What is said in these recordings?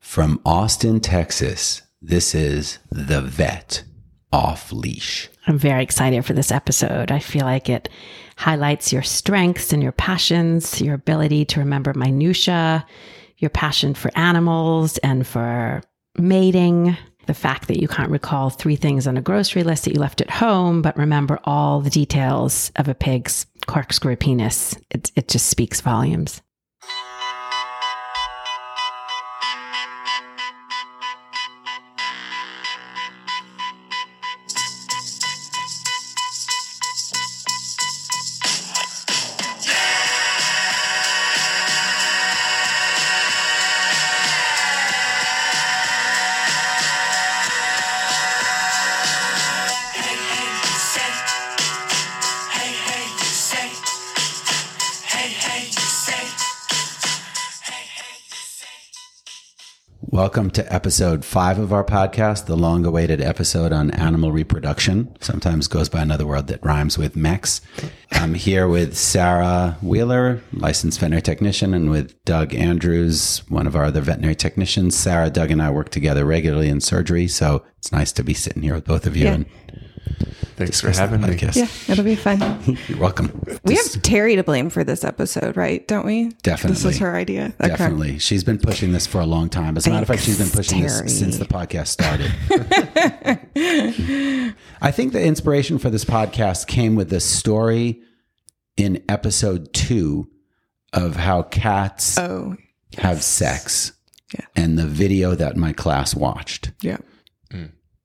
From Austin, Texas, this is The Vet Off Leash. I'm very excited for this episode. I feel like it highlights your strengths and your passions, your ability to remember minutia, your passion for animals and for mating, the fact that you can't recall three things on a grocery list that you left at home, but remember all the details of a pig's corkscrew penis. It, it just speaks volumes. Welcome to episode five of our podcast, the long awaited episode on animal reproduction. Sometimes goes by another word that rhymes with mex. I'm here with Sarah Wheeler, licensed veterinary technician, and with Doug Andrews, one of our other veterinary technicians. Sarah, Doug, and I work together regularly in surgery, so it's nice to be sitting here with both of you. Yeah. And Thanks for having me. podcast. Yeah, it'll be fun. You're welcome. We have Terry to blame for this episode, right? Don't we? This Definitely. was her idea. Okay. Definitely. She's been pushing this for a long time. As a matter of fact, she's been pushing Terry. this since the podcast started. I think the inspiration for this podcast came with the story in episode two of how cats Oh, have sex Yeah. and the video that my class watched, yeah.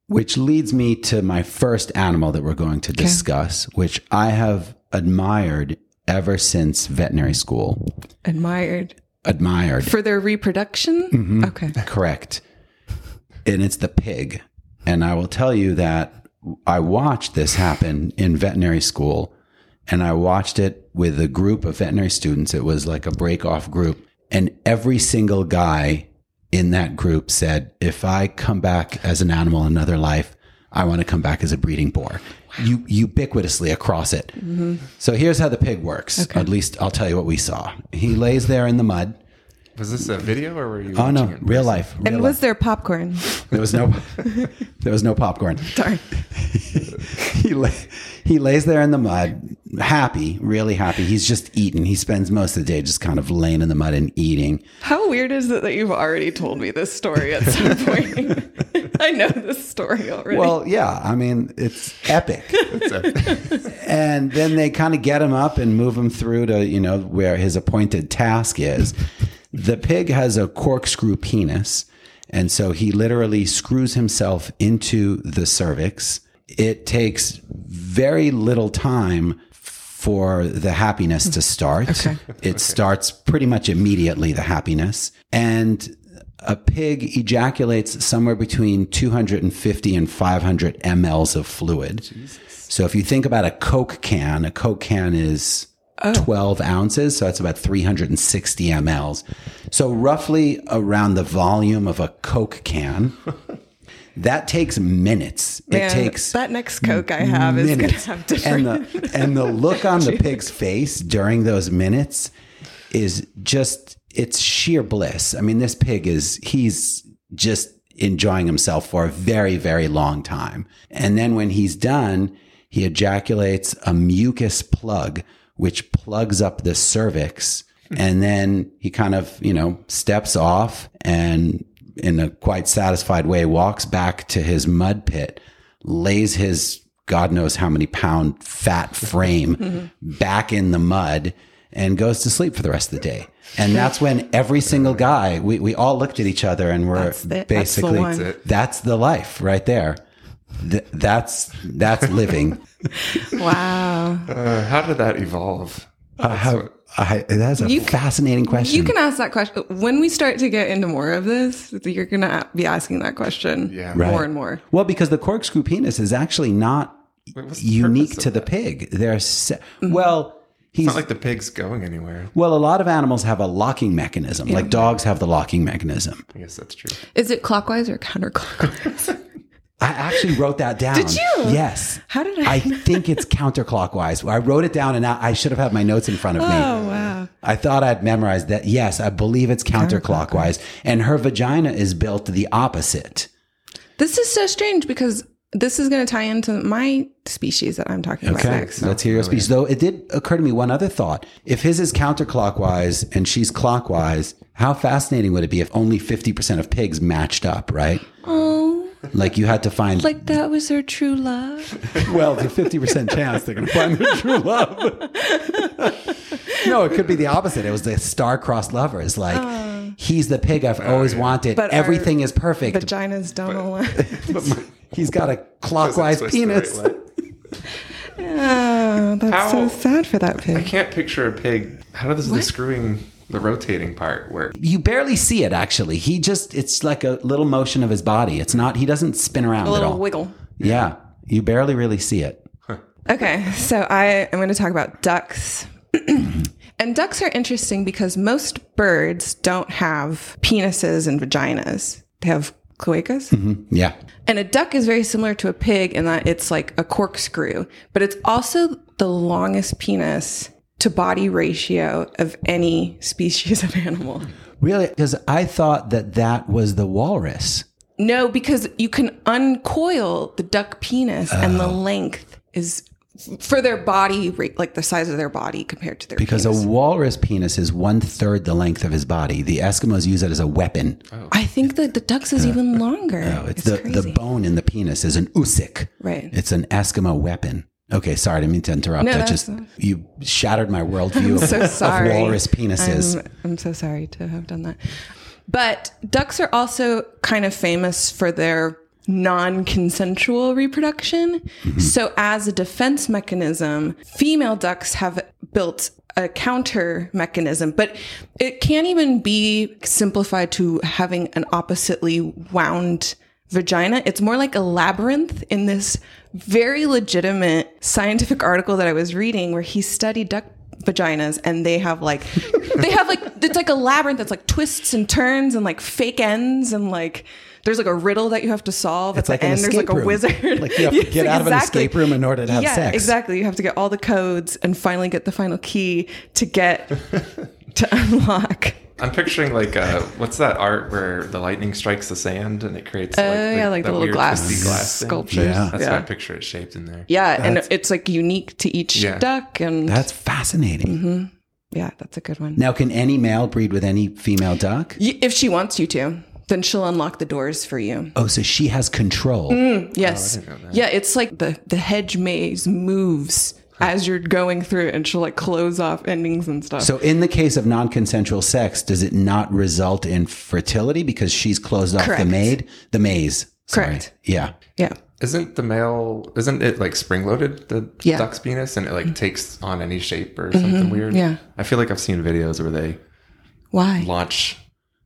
which leads me to my first animal that we're going to discuss, which I have admired ever since veterinary school. Admired Admired. for their reproduction. Mm-hmm. Okay. Correct. And it's the pig. And I will tell you that I watched this happen in veterinary school and I watched it with a group of veterinary students. It was like a break off group. And every single guy in that group said, if I come back as an animal in another life, I want to come back as a breeding boar. You ubiquitously across it. Mm-hmm. So here's how the pig works. At least I'll tell you what we saw. He lays there in the mud. Was this a video or were you? Oh no, watching it? real life. Real And life. was there popcorn? There was no, there was no popcorn. Darn. He lay, he lays there in the mud, happy, really happy. He's just eating. He spends most of the day just kind of laying in the mud and eating. How weird is it that you've already told me this story at some point? I know this story already. Well, yeah, I mean it's epic. and then they kind of get him up and move him through to you know where his appointed task is. The pig has a corkscrew penis, and so he literally screws himself into the cervix. It takes very little time for the happiness to start. It starts pretty much immediately, the happiness. And a pig ejaculates somewhere between 250 and 500 mLs of fluid. So if you think about a Coke can, a Coke can is 12 ounces. So that's about 360 mLs. So roughly around the volume of a Coke can. that takes minutes. Man, it takes that next Coke I have is going to minutes. have and different. the and the look on the pig's face during those minutes is just it's sheer bliss. I mean, this pig is he's just enjoying himself for a very very long time. And then when he's done, he ejaculates a mucus plug which plugs up the cervix and then he kind of, you know, steps off and in a quite satisfied way walks back to his mud pit lays his God knows how many pound fat frame Mm-hmm. back in the mud and goes to sleep for the rest of the day. And that's when every single guy, we, we all looked at each other and were That's it. That's the basically, one. that's That's the, it. life right there. Th- that's, that's living. wow. Uh, how did that evolve? Uh, how- I- that's a You c- fascinating question. You can ask that question when we start to get into more of this. You're going to be asking that question Yeah. more Right. and more. Well, because the corkscrew penis is actually not what's the unique purpose to of the pig. There's, se- Mm-hmm. well, he's It's not like the pig's going anywhere. Well, a lot of animals have a locking mechanism, like dogs have the locking mechanism. I guess that's true. Is it clockwise or counterclockwise? I actually wrote that down. Did you? Yes. How did I? I think it's counterclockwise. I wrote it down and I I should have had my notes in front of me. oh wow! I thought I'd memorized that. Yes, I believe it's counterclockwise. And her vagina is built the opposite. This is so strange because this is going to tie into my species that I'm talking about Okay, next. let's hear your Brilliant. speech. Though it did occur to me one other thought. If his is counterclockwise and she's clockwise, how fascinating would it be if only 50% of pigs matched up, right? Oh, Like you had to find, like that was her true love. well, the 50% chance they're going to find their true love. no, it could be the opposite. It was the star-crossed lovers. Like, he's the pig I've Oh, always wanted. Oh. But our Everything is perfect. Vaginas don't align. he's got a clockwise Twist the penis. right way. Oh, that's so How- sad for that I pig. can't picture a pig. How does the screwing, the rotating part work? you barely see it actually. He just it's like a little motion of his body. It's not he doesn't spin around A at little all. wiggle. Yeah. You barely really see it. Okay, so I am going to talk about ducks. and ducks are interesting because most birds don't have penises and vaginas. They have cloacas. Yeah. And a duck is very similar to a pig in that it's like a corkscrew, but it's also the longest penis to body ratio of any species of animal. Really cuz I thought that that was the walrus. No, because you can uncoil the duck penis and Oh. the length is for their body, ra- like the size of their body compared to their Because penis. a walrus penis is one third the length of his body. The Eskimos use it as a weapon. I think that the ducks is even longer. Oh, it's, Oh. it's the, crazy. the bone in the penis is an usik. Right. It's an Eskimo weapon. Okay, sorry, I didn't mean to interrupt. No, that that's- just you shattered my worldview of, so of sorry. walrus penises. I'm, I'm so sorry to have done that. But ducks are also kind of famous for their non consensual reproduction. Mm-hmm. So, as a defense mechanism, female ducks have built a counter mechanism, but it can't even be simplified to having an oppositely wound vagina. It's more like a labyrinth in this very legitimate scientific article that I was reading where he studied duck vaginas and they have like they have like it's like a labyrinth that's like twists and turns and like fake ends and like there's like a riddle that you have to solve It's at like the an end there's escape like a room. wizard Like, you have to Yes, get out of an escape room in order to have yeah, sex. exactly you have to get all the codes and finally get the final key to get to unlock I'm picturing like uh, what's that art where the lightning strikes the sand and it creates like, oh yeah like that the little weird glass, twisty glass thing? sculptures Yeah. That's how I picture it shaped in there. Yeah, and it's like unique to each Yeah. duck, and That's fascinating. Mm-hmm. yeah, that's a good one. Now, can any male breed with any female duck? Y- if she wants you to, then she'll unlock the doors for you. Oh, so she has control. Mm. Yes, yeah, it's like the the hedge maze moves as you're going through it, and she'll like close off endings and stuff. So, in the case of non consensual sex, does it not result in fertility because she's closed off the Correct. maid, the maze? Sorry. Correct. Yeah. yeah, Isn't the male? Isn't it like spring loaded the Yeah. Mm-hmm. duck's penis and it like takes on any shape or something weird? yeah. I feel like I've seen videos where they why? launch.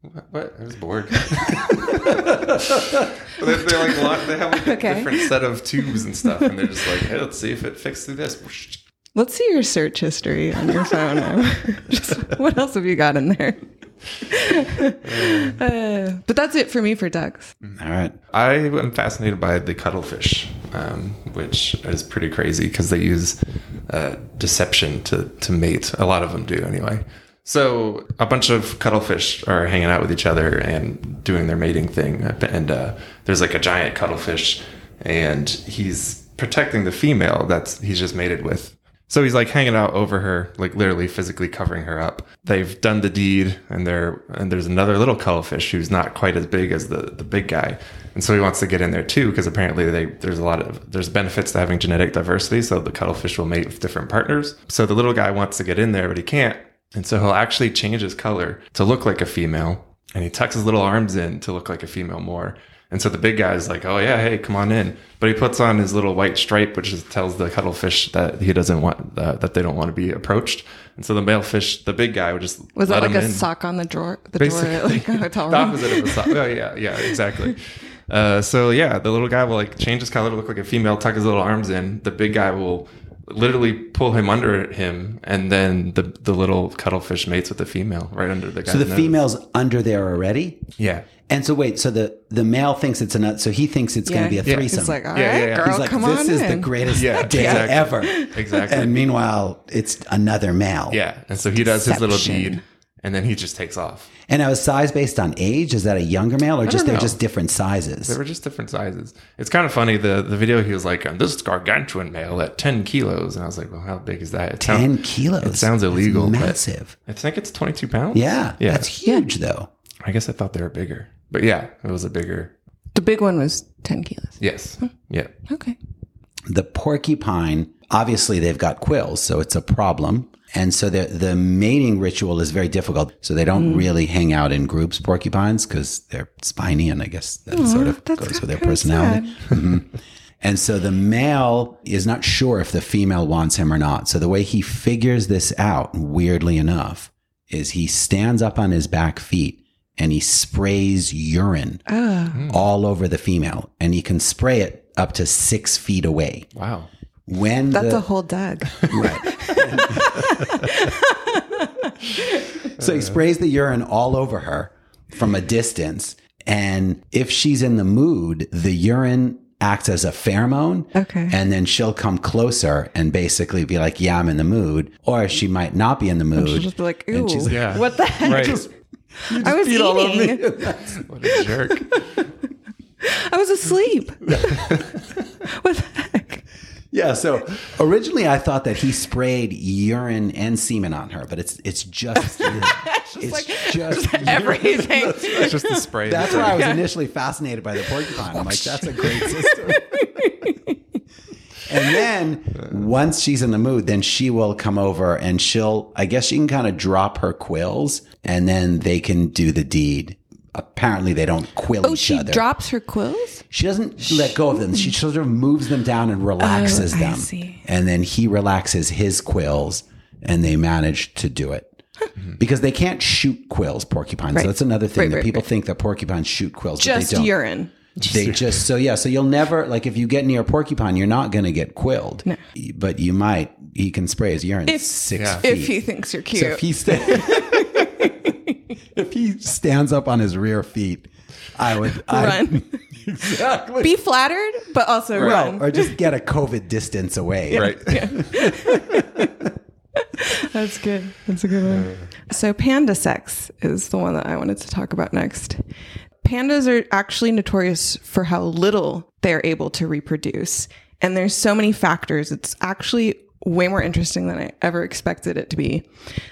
What? what? I was bored. they, they like launch, they have like a Okay. different set of tubes and stuff, and they're just like, hey, let's see if it fits through this. Let's see your search history on your phone. now. Just, what else have you got in there? Uh, but that's it for me for ducks. All right. I am fascinated by the cuttlefish, um, which is pretty crazy because they use uh, deception to, to mate. A lot of them do, anyway. So a bunch of cuttlefish are hanging out with each other and doing their mating thing, and uh, there's like a giant cuttlefish, and he's protecting the female that's he's just mated with. So he's like hanging out over her, like literally physically covering her up. They've done the deed, and there and there's another little cuttlefish who's not quite as big as the the big guy, and so he wants to get in there too because apparently they there's a lot of there's benefits to having genetic diversity. So the cuttlefish will mate with different partners. So the little guy wants to get in there, but he can't, and so he'll actually change his color to look like a female, and he tucks his little arms in to look like a female more. And so the big guy's like, "Oh yeah, hey, come on in." But he puts on his little white stripe, which is, tells the cuttlefish that he doesn't want uh, that they don't want to be approached. And so the male fish, the big guy, would just Was let that like him a in. sock on the drawer? The door, Basically. like a hotel The room. opposite of a sock. Oh yeah, yeah, exactly. Uh, so yeah, the little guy will like change his color to look like a female, tuck his little arms in. The big guy will literally pull him under him, and then the the little cuttlefish mates with the female right under the guy. So the female's under there already. yeah, And so wait, so the the male thinks it's an so he thinks it's going to be a Yeah. threesome. He's like, all right, Yeah, yeah, yeah. girl, He's like, come this on is the in. greatest Yeah, day exactly. ever. exactly. And meanwhile, it's another male. yeah, and so he does his little Deception. deed, and then he just takes off. And I was size based on age. Is that a younger male or just don't they're know. just different They sizes? were just different sizes. It's kind of funny. The the video he was like, um, "This gargantuan male at ten kilos," and I was like, "Well, how big is that?" It sound- Ten kilos. It sounds illegal. That's But massive. I think it's twenty two pounds. Yeah, Yeah. That's huge though. I guess I thought they were bigger, but yeah, it was a bigger. The big one was 10 kilos. Yes. Yeah. Okay. The porcupine, obviously they've got quills, so it's a problem. And so the the mating ritual is very difficult. So they don't really hang out in groups, porcupines, because they're spiny, and I guess that sort of that's goes with their kinda personality. Mm-hmm. And so the male is not sure if the female wants him or not. So the way he figures this out, weirdly enough, is he stands up on his back feet and he sprays urine all over the female and he can spray it up to six feet away. Wow. When That's the, a whole Doug. So he sprays the urine all over her from a distance. And if she's in the mood, the urine acts as a pheromone. Okay. And then she'll come closer and basically be like, yeah, I'm in the mood. Or she might not be in the She'll mood. just be like, ooh, And she's like- Yeah. what the heck? Right. I was eating. what a jerk. I was asleep. what the heck? yeah. So originally I thought that he sprayed urine and semen on her, but it's it's just it's, just Everything. It's just the spray. That's why I was initially fascinated by the porcupine. I'm like, Oh, that's a great system. and then once she's in the mood, then she will come over and she'll, I guess she can kind of drop her quills and then they can do the deed. Apparently, they don't quill oh, each she other. drops her quills? she doesn't let go of them. She sort of moves them down and relaxes Oh, I them. see. And then he relaxes his quills and they manage to do it. Because they can't shoot quills, porcupines. Right. So that's another thing Right, that right, people right. think that porcupines shoot quills, Just but they don't urine. they just so yeah so you'll never like if you get near a porcupine you're not going to get quilled Y- but you might he can spray his urine If- six Yeah. feet If he thinks you're cute. so if he sta- if he stands up on his rear feet i would I, run. exactly Be flattered, but also well, run. Oh, or just get a covid distance away Right. That's good. That's a good Uh, one. So, panda sex is the one that I wanted to talk about next. Pandas are actually notorious for how little they're able to reproduce. And there's so many factors. It's actually way more interesting than I ever expected it to be.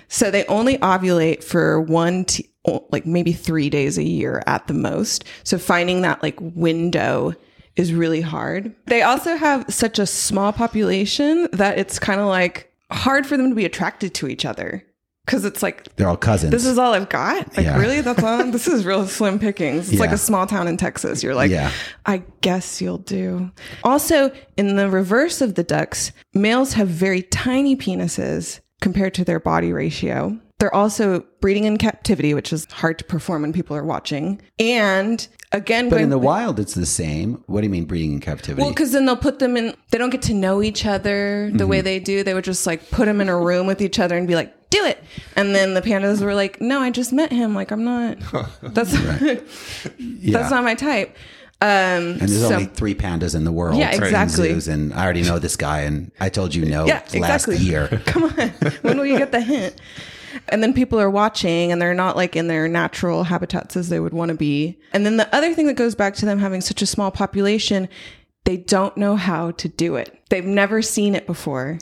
So, they only ovulate for one, t- o- like maybe three days a year at the most. So, finding that like window is really hard. They also have such a small population that it's kind of like hard for them to be attracted to each other because it's like they're all cousins this is all I've got. Like Yeah. really, that's all. this is real slim pickings. It's like Yeah. a small town in Texas. You're like, Yeah. I guess you'll do. Also, in the reverse of the ducks, males have very tiny penises compared to their body ratio. They're also breeding in captivity, which is hard to perform when people are watching. And again, but in going- the wild it's the same what do you mean breeding in captivity well, because then they'll put them in. They don't get to know each other the Mm-hmm. way they do. They would just like put them in a room with each other and be like, "Do it." And then the pandas were like, "No, I just met him. Like, I'm not. That's that's not my type." Um, and there's so- only three pandas in the world. Yeah, in exactly. zoos, and I already know this guy, and I told you no Yeah, last exactly. year. come on when will you get the hint and then people are watching and they're not like in their natural habitats as they would want to be and then the other thing that goes back to them having such a small population they don't know how to do it they've never seen it before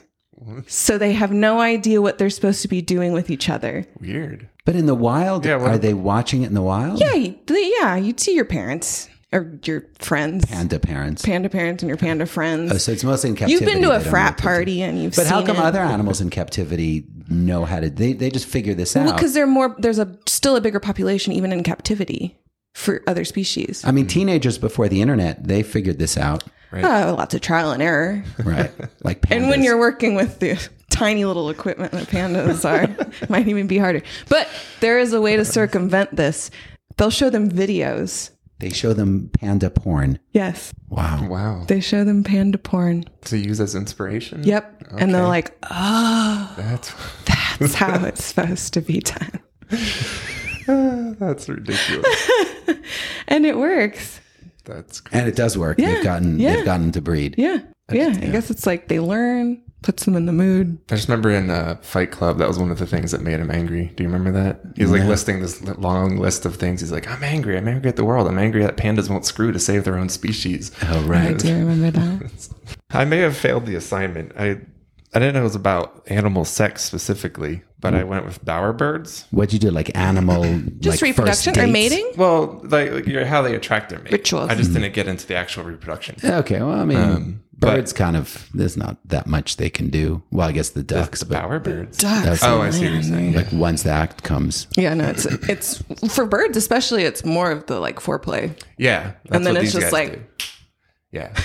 so they have no idea what they're supposed to be doing with each other Weird. But in the wild, Yeah, what- are they watching it in the wild? yeah you- yeah you'd see your parents or your friends Panda parents. panda parents and your panda friends Oh, so it's mostly in you've captivity. been to They a don't frat know what to do. party and you've But seen how come it. other animals in captivity know how to? They, they just figure this out. Well, because they're more. There's a still a bigger population even in captivity for other species. I mean, teenagers before the internet, they figured this out, Oh, lots of trial and error. right? Like pandas. And when you're working with the tiny little equipment that pandas are, it might even be harder. But there is a way to circumvent this. They'll show them videos They show them panda porn. Yes. Wow. Wow. They show them panda porn. To use as inspiration? Yep. And they're Okay. like, oh, That's, that's how it's supposed to be done. that's ridiculous. And it works. That's crazy. And it does work. Yeah, They've gotten yeah. they've gotten to breed. Yeah. Yeah. I guess it's like they learn, puts them in the mood. I just remember in uh, Fight Club, that was one of the things that made him angry. Do you remember that? He was like listing this li- long list of things. He's like, I'm angry. I'm angry at the world. I'm angry that pandas won't screw to save their own species. Oh I right. do remember that. I may have failed the assignment. I I didn't know it was about animal sex specifically, but I went with bowerbirds. What'd you do? Like animal like, Just first reproduction or dates? mating? Well, like, like your- how they attract their mate. Rituals. I just didn't get into the actual reproduction. Okay, well, I mean, but- birds kind of there's not that much they can do. Well, I guess the ducks, but Bowerbirds. Ducks. Oh, I see what you're saying. like once the act comes, Yeah, no, it's it's for birds especially. It's more of the like foreplay. Yeah. That's And then what it's these just guys like- do. Yeah.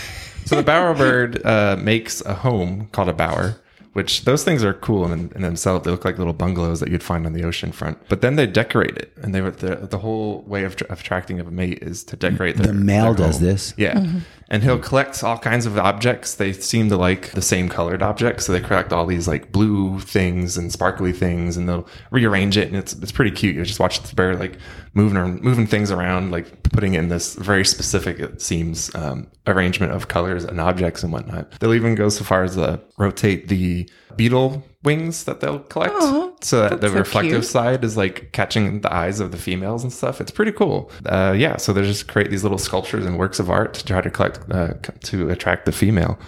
So the bowerbird uh, makes a home called a bower, which those things are cool in, in themselves. They look like little bungalows that you'd find on the ocean front. But then they decorate it, and they the the whole way of, tra- of attracting of a mate is to decorate their, the male their does home. this. Yeah. Mm-hmm. And he'll collect all kinds of objects. They seem to like the same colored objects. So they collect all these like blue things and sparkly things and they'll rearrange it. And it's, it's pretty cute. You just watch this bear like moving, or, moving things around, like putting in this very specific, it seems, um, arrangement of colors and objects and whatnot. They'll even go so far as to rotate the beetle wings that they'll collect Aw, so that Uh-huh. the that's so reflective cute. side is like catching the eyes of the females and stuff. It's pretty cool. Uh, yeah, so they just create these little sculptures and works of art to try to collect uh, c- to attract the female,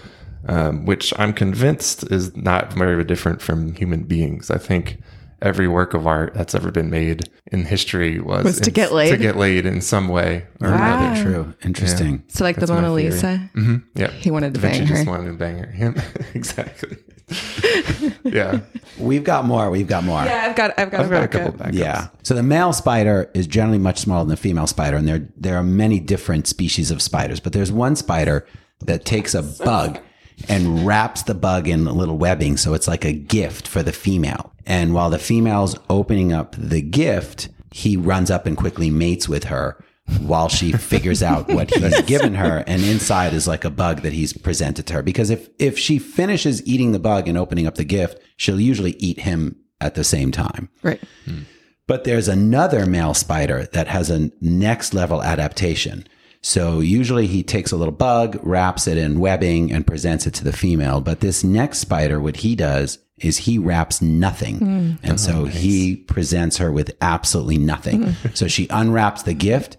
um, which I'm convinced is not very different from human beings. I think every work of art that's ever been made in history was, Was to in- get laid. to get laid in some way or another. Wow. True, interesting. So like the my Mona theory. Mm-hmm. Lisa. Yeah, He wanted to Da Vinci bang her. just wanted to bang her. Yeah, exactly. yeah, We've got more. We've got more. Yeah, I've got I've got, I've got a backup. couple backups. Yeah. So the male spider is generally much smaller than the female spider, and there there are many different species of spiders. But there's one spider that takes a bug and wraps the bug in a little webbing, so it's like a gift for the female. And while the female's opening up the gift, he runs up and quickly mates with her while she figures out what he's given her and inside is like a bug that he's presented to her because if if she finishes eating the bug and opening up the gift she'll usually eat him at the same time Right. but there's another male spider that has a next level adaptation. So usually he takes a little bug, wraps it in webbing, and presents it to the female. But this next spider, what he does is he wraps nothing. And so he presents her with absolutely nothing. so she unwraps the gift,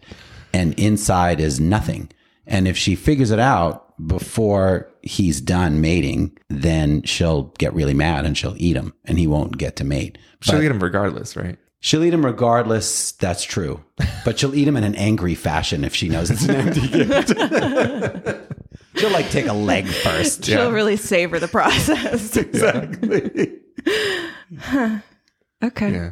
and inside is nothing. And if she figures it out before he's done mating, then she'll get really mad and she'll eat him and he won't get to mate. she'll get him regardless, right? She'll eat him regardless. That's true. But she'll eat him in an angry fashion if she knows it's an empty gift. she'll like take a leg first. She'll really savor the process. Exactly. okay. yeah.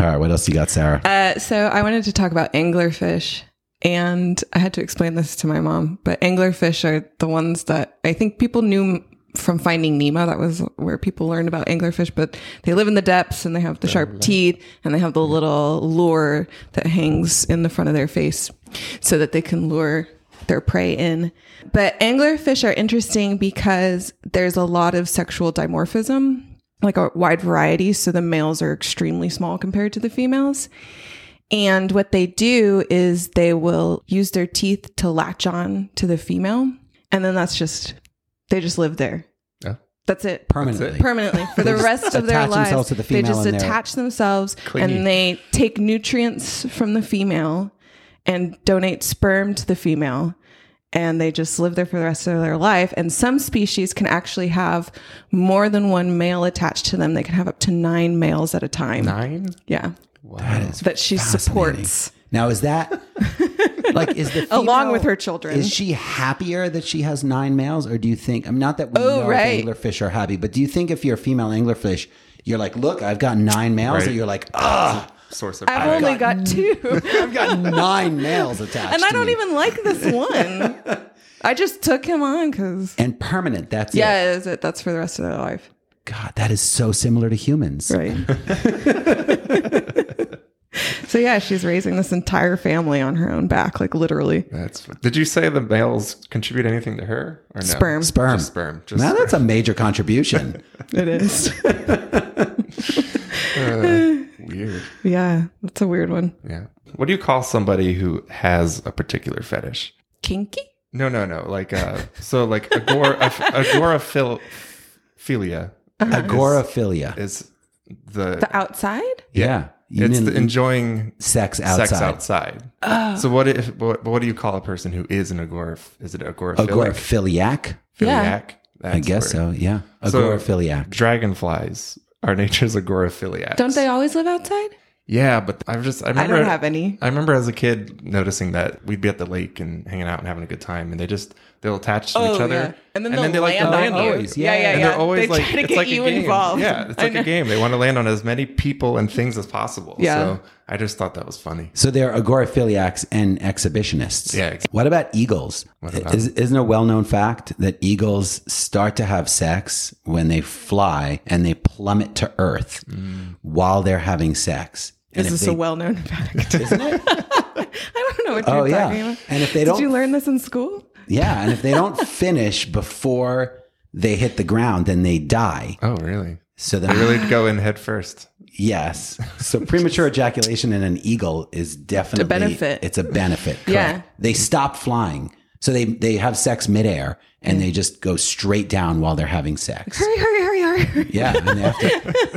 All right. What else you got, Sarah? Uh, so I wanted to talk about anglerfish, and I had to explain this to my mom. But anglerfish are the ones that I think people knew from Finding Nemo. That was where people learned about anglerfish. But they live in the depths, and they have the sharp teeth, and they have the little lure that hangs in the front of their face, so that they can lure their prey in. But anglerfish are interesting because there's a lot of sexual dimorphism, like a wide variety. So the males are extremely small compared to the females. And what they do is they will use their teeth to latch on to the female. And then that's just, they just live there. Yeah. That's it. Permanently. Permanently for the just rest of their attach lives, themselves to the they female just and they're attach themselves clingy. and they take nutrients from the female and donate sperm to the female and they just live there for the rest of their life. And some species can actually have more than one male attached to them. They can have up to nine males at a time. Nine? Yeah. That is That she fascinating. supports. Now, is that like, is the female, Along with her children. Is she happier that she has nine males? Or do you think, I'm not that we Oh, know if right. anglerfish are happy, but do you think if you're a female anglerfish, you're like, look, I've got nine males, Right. or you're like, ah, Source of I've only got two. I've got nine males attached. and I to don't me. even like this one. I just took him on because. and permanent. That's it. Yeah, is it? That's for the rest of their life. God, that is so similar to humans. Right. So yeah, she's raising this entire family on her own back, like literally. That's. Did you say the males contribute anything to her or no? Sperm. Sperm. Just sperm. Just Now sperm. that's a major contribution. It is. Uh, weird. yeah, that's a weird one. Yeah. What do you call somebody who has a particular fetish? Kinky? No, no, no. Like uh, so like agor- agoraphilia Uh-huh. Agoraphilia. is the, The outside? yeah. You it's mean the enjoying sex Mm-hmm. outside. sex outside. Oh. So what if what, what do you call a person who is an agoraph? Is it agoraphilic? Agoraphiliac. Yeah. Philiac? I That's guess where- so. Yeah. So- Agoraphiliac. Dragonflies are nature's agoraphiliacs. Don't they always live outside? Yeah, but I've just I remember I don't have any. I remember as a kid noticing that we'd be at the lake and hanging out and having a good time, and they just they'll attach to each Oh, other, yeah. And then they'll they like to land land on you. you. Always, yeah. And they're always they like, try to it's get like you a game. involved. Yeah, it's I like know. a game. They want to land on as many people and things as possible. Yeah. So I just thought that was funny. So they're agoraphiliacs and exhibitionists. Yeah, ex- What about eagles? about- Is, isn't a well-known fact that eagles start to have sex when they fly and they plummet to earth Mm. while they're having sex? And This if is they- a well-known fact. isn't it? I don't know what you're Oh talking yeah. about. And if they Did don't you learn this in school? Yeah, and if they don't finish before they hit the ground, then they die. Oh, really? So They then really go in head first. Yes. So premature ejaculation in an eagle is definitely benefit. It's a benefit. Correct. Yeah. They stop flying. So they, they have sex midair and they just go straight down while they're having sex. Hurry, hurry, hurry, hurry. Yeah. And they have to,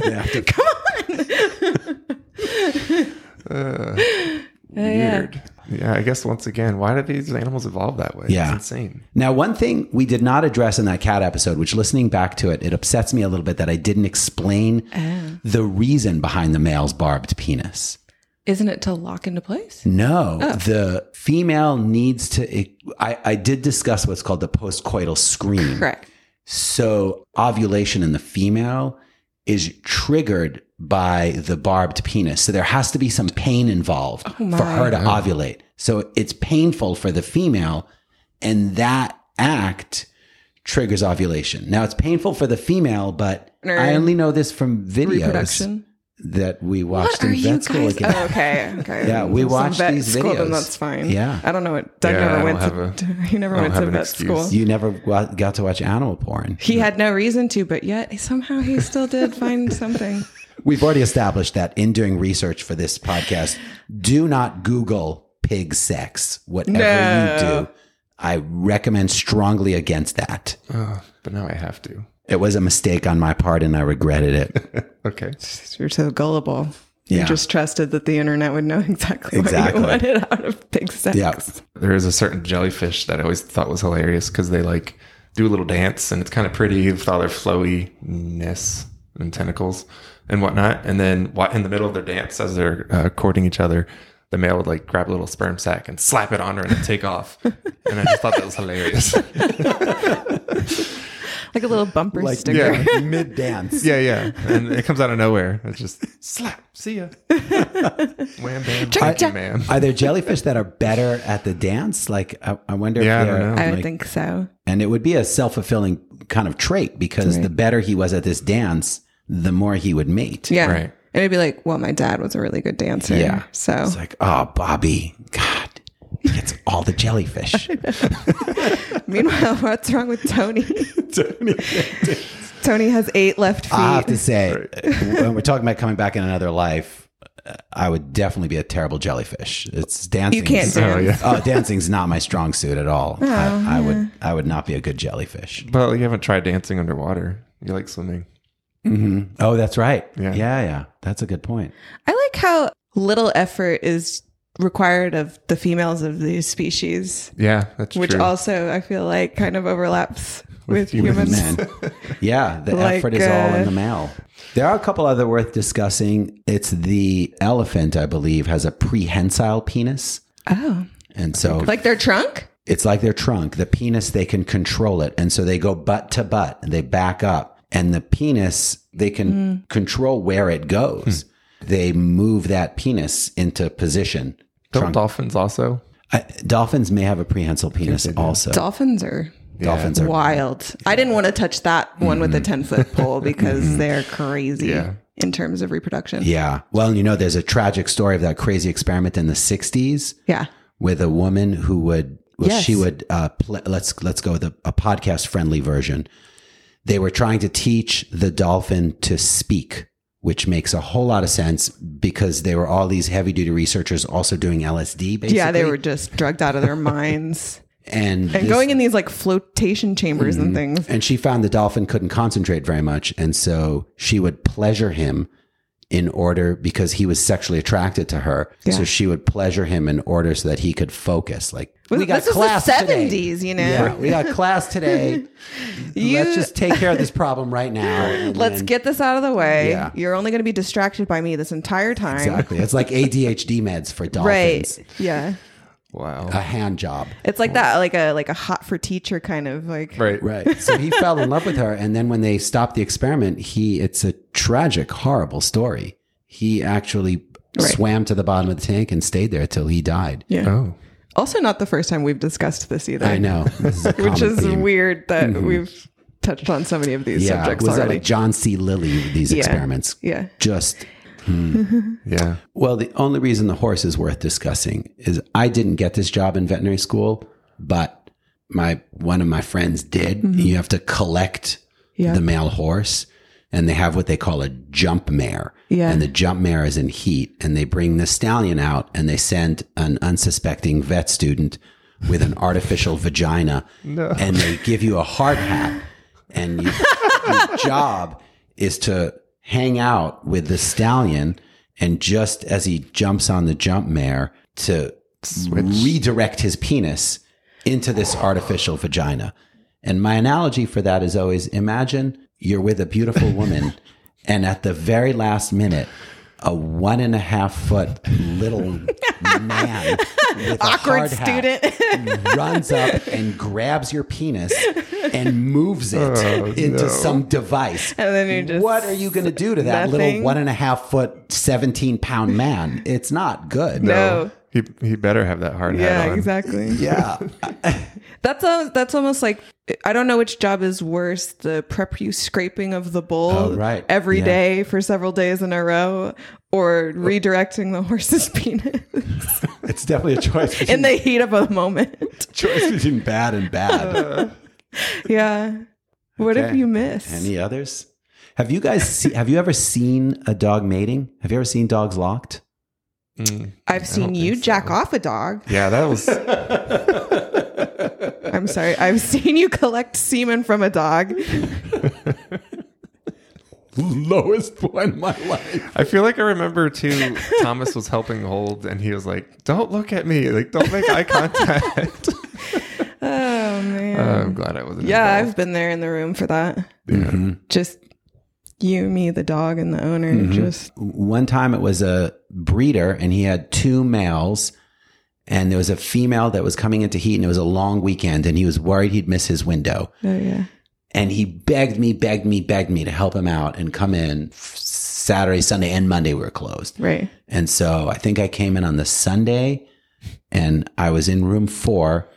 they have to Come on. Oh, Weird. Yeah, I guess once again, why do these animals evolve that way? Yeah. It's insane. Now, one thing we did not address in that cat episode, which listening back to it, it upsets me a little bit that I didn't explain Uh, the reason behind the male's barbed penis. Isn't it to lock into place? No, Oh. the female needs to. e, I, I did discuss what's called the postcoital scream. Correct. So ovulation in the female is triggered by the barbed penis. So there has to be some pain involved Oh my. for her to ovulate. So it's painful for the female, and that act triggers ovulation. Now it's painful for the female, but I Nerd. only know this from videos Reproduction. that we watched What are in you vet school guys? again. Oh, okay, okay. Yeah, we Some watched vet these school, videos. Then that's fine. Yeah. I don't know what Doug Yeah, I never went don't to. he never I don't went have to an vet excuse. school. You never wa- got to watch animal porn. He had no reason to, but yet somehow he still did find something. We've already established that in doing research for this podcast, do not Google pig sex. Whatever you No. do, I recommend strongly against that. Oh, but now I have to. It was a mistake on my part and I regretted it. Okay. You're so gullible. Yeah. You just trusted that the internet would know exactly, Exactly. what you wanted out of pig sex. Yeah. there is a certain jellyfish that I always thought was hilarious because they like do a little dance and it's kind of pretty with all their flowiness and tentacles and whatnot. And then wa- in the middle of their dance, as they're uh, courting each other, the male would like grab a little sperm sack and slap it on her and then take off. And I just thought that was hilarious. Like a little bumper sticker. yeah, mid dance. yeah, yeah. And it comes out of nowhere. It's just slap. See ya. Wham bam. Thank you, ma'am. Are there jellyfish that are better at the dance? Like, I, I wonder Yeah, I if don't they're. know. I would like- think so. And it would be a self fulfilling kind of trait because the better he was at this dance, the more he would mate. Yeah. Right. And it'd be like, well, my dad was a really good dancer. Yeah. So It's like, oh, Bobby, God, he gets all the jellyfish. meanwhile, what's wrong with Tony? Tony has eight left feet. I have to say, when we're talking about coming back in another life, uh, I would definitely be a terrible jellyfish. It's dancing. you can't Oh, dance. yeah. Oh, dancing's not my strong suit at all. I, I would, I would not be a good jellyfish. But you haven't tried dancing underwater. You like swimming. Oh, that's right. Yeah. yeah, yeah. That's a good point. I like how little effort is required of the females of these species, Yeah, that's which true. also I feel like kind of overlaps with, humans. Man. Yeah, the Like, effort is all in uh, the male. There are a couple other worth discussing. It's the elephant, I believe, has a prehensile penis. Oh, And so like their trunk? It's like their trunk, the penis, they can control it. And so they go butt to butt and they back up. And the penis, they can control where it goes. They move that penis into position. Don't dolphins also? I, dolphins may have a prehensile penis also. Dolphins are Dolphins are. Mm-hmm. wild. I didn't want to touch that one with a 10 foot pole because they're crazy. Yeah. in terms of reproduction. Yeah. Well, you know, there's a tragic story of that crazy experiment in the 60s Yeah. with a woman who would well, Yes. she would uh, pl- let's let's go with a, a podcast friendly version. They were trying to teach the dolphin to speak, which makes a whole lot of sense because they were all these heavy duty researchers also doing LSD. Basically, Yeah, they were just drugged out of their minds and, and this- going in these like flotation chambers and things. And she found the dolphin couldn't concentrate very much, and so she would pleasure him in order because he was sexually attracted to her. Yeah. So she would pleasure him in order so that he could focus. Like we got this was class the today. 70s, you know? Yeah, we got class today. Let's You- just take care of this problem right now. and Let's then- get this out of the way. Yeah. You're only going to be distracted by me this entire time. exactly. It's like ADHD meds for dolphins. Right. Yeah. Wow. A hand job. It's like that, like a like a hot for teacher kind of like right. Right. So he fell in love with her, and then when they stopped the experiment, he it's a tragic, horrible story. He actually Right. swam to the bottom of the tank and stayed there till he died. Yeah. Oh. Also, not the first time we've discussed this either. I know, this is a Which common is theme. Mm-hmm. weird that we've touched on so many of these Yeah, subjects was that already. like John C. Lilly? These Yeah. experiments, yeah. just Yeah. Well, the only reason the horse is worth discussing is I didn't get this job in veterinary school, but my one of my friends did. Mm-hmm. You have to collect Yeah. the male horse and they have what they call a jump mare. Yeah. And the jump mare is in heat and they bring the stallion out and they send an unsuspecting vet student with an artificial vagina and they give you a hard hat and you, your job is to hang out with the stallion and just as he jumps on the jump mare to redirect his penis into this artificial vagina. And my analogy for that is always imagine you're with a beautiful woman, and at the very last minute, a one and a half foot little man with Awkward a hard hat runs up and grabs your penis and moves it into some device. Oh, And then you just what are you going to do to that little nothing. one and a half foot, 17 pound man? It's not good. No. Oh, He he better have that hard hat Yeah, on. exactly. Yeah. That's a, that's almost like I don't know which job is worse: the prep you scraping of the bull Oh, right. every Yeah. day for several days in a row, or redirecting the horse's penis It's definitely a choice between, in the heat of a moment. choice between bad and Oh. bad. yeah. What if Okay. you miss? Any others? Have you guys see, have you ever seen a dog mating? Have you ever seen dogs locked? Mm. I've seen you jack off a dog. Yeah, that was I'm sorry. I've seen you collect semen from a dog. Lowest point in my life. I feel like I remember too Thomas was helping hold and he was like, Don't look at me, like don't make eye contact. Oh man. Uh, I'm glad I wasn't. yeah, I've involved. been there in the room for that. Mm-hmm. Just you, me, the dog, and the owner. Just One time it was a breeder and he had two males and there was a female that was coming into heat and it was a long weekend and he was worried he'd miss his window. oh yeah. And he begged me, begged me, begged me to help him out and come in Saturday, Sunday, and Monday we were closed. Right. And so I think I came in on the Sunday and I was in room four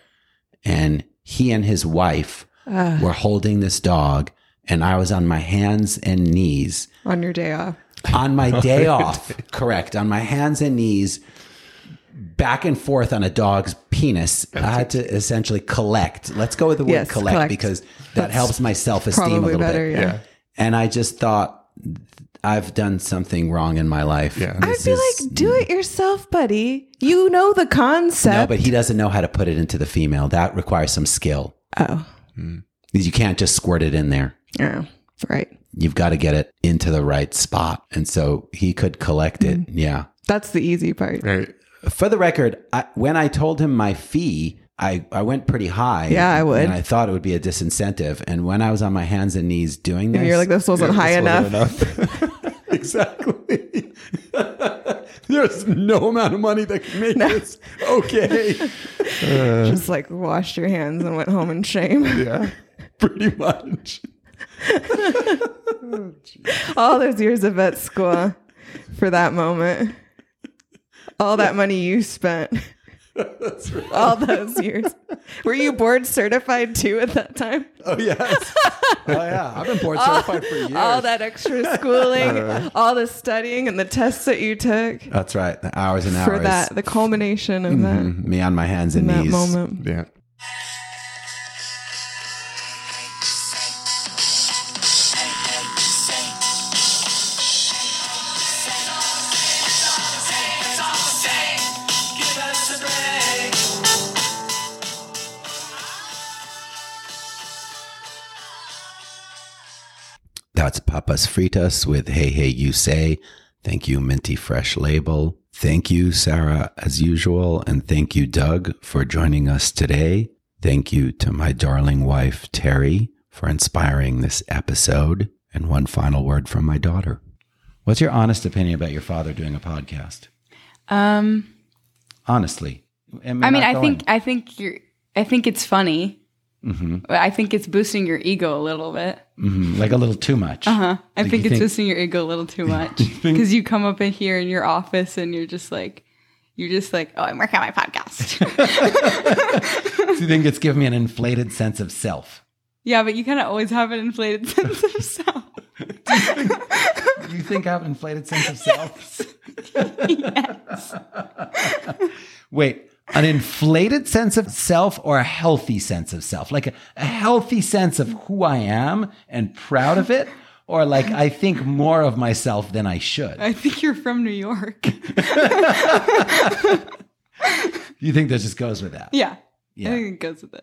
and he and his wife Ah. were holding this dog and I was on my hands and knees On your day off. on my day off. Correct. On my hands and knees back and forth on a dog's penis. I had to essentially collect. Let's go with the word Yes, collect, collect. because that helps my self-esteem a Probably little better. bit. Yeah. yeah. And I just thought I've done something wrong in my life. Yeah. I'd This be is- like, do it yourself, buddy. You know the mm. No, concept. but he doesn't know how to put it into the female. That requires some skill. oh. You can't just squirt it in there. Yeah. Right. You've got to get it into the right spot. And so he could collect it. Mm-hmm. Yeah. That's the easy part. Right. For the record, I, when I told him my fee, I, I went pretty high. Yeah, I would. And I thought it would be a disincentive. And when I was on my hands and knees doing this, And you're like, this wasn't high enough. exactly. There's no amount of money that can make this okay. Just like washed your hands and went home in shame. Yeah. Pretty much. All those years of vet school for that moment. All that money you spent. all those years. Were you board certified too at that time? Oh yes. oh yeah. I've been board certified for years. All that extra schooling, all the studying and the tests that you took That's right. The hours and for hours. Mm-hmm. that, the culmination of that, Me on my hands and that knees. moment. Yeah. That's Papas Fritas with Hey Hey You Say. Thank you, Minty Fresh Label. Thank you, Sarah, as usual. And thank you, Doug, for joining us today. Thank you to my darling wife, Terry, for inspiring this episode. And one final word from my daughter. What's your honest opinion about your father doing a podcast? Um, Honestly. I mean, I think I think you're. I think it's funny. Mm-hmm. I think it's boosting your ego a little bit. hmm like a little too much. Uh-huh. Huh. I Like, think you it's think- boosting your ego a little too much because you come up in here in your office and you're just like, you're just like, oh, I'm working on my podcast. Do you think it's given me an inflated sense of self? yeah, but you kind of always have an inflated sense of self. Do you think I have an inflated sense of self? Wait, an inflated sense of self or a healthy sense of self? Like a, a healthy sense of who I am and proud of it? Or like I think more of myself than I should? I think you're from New York. You think that just goes with that? yeah. Yeah. I think it goes with it.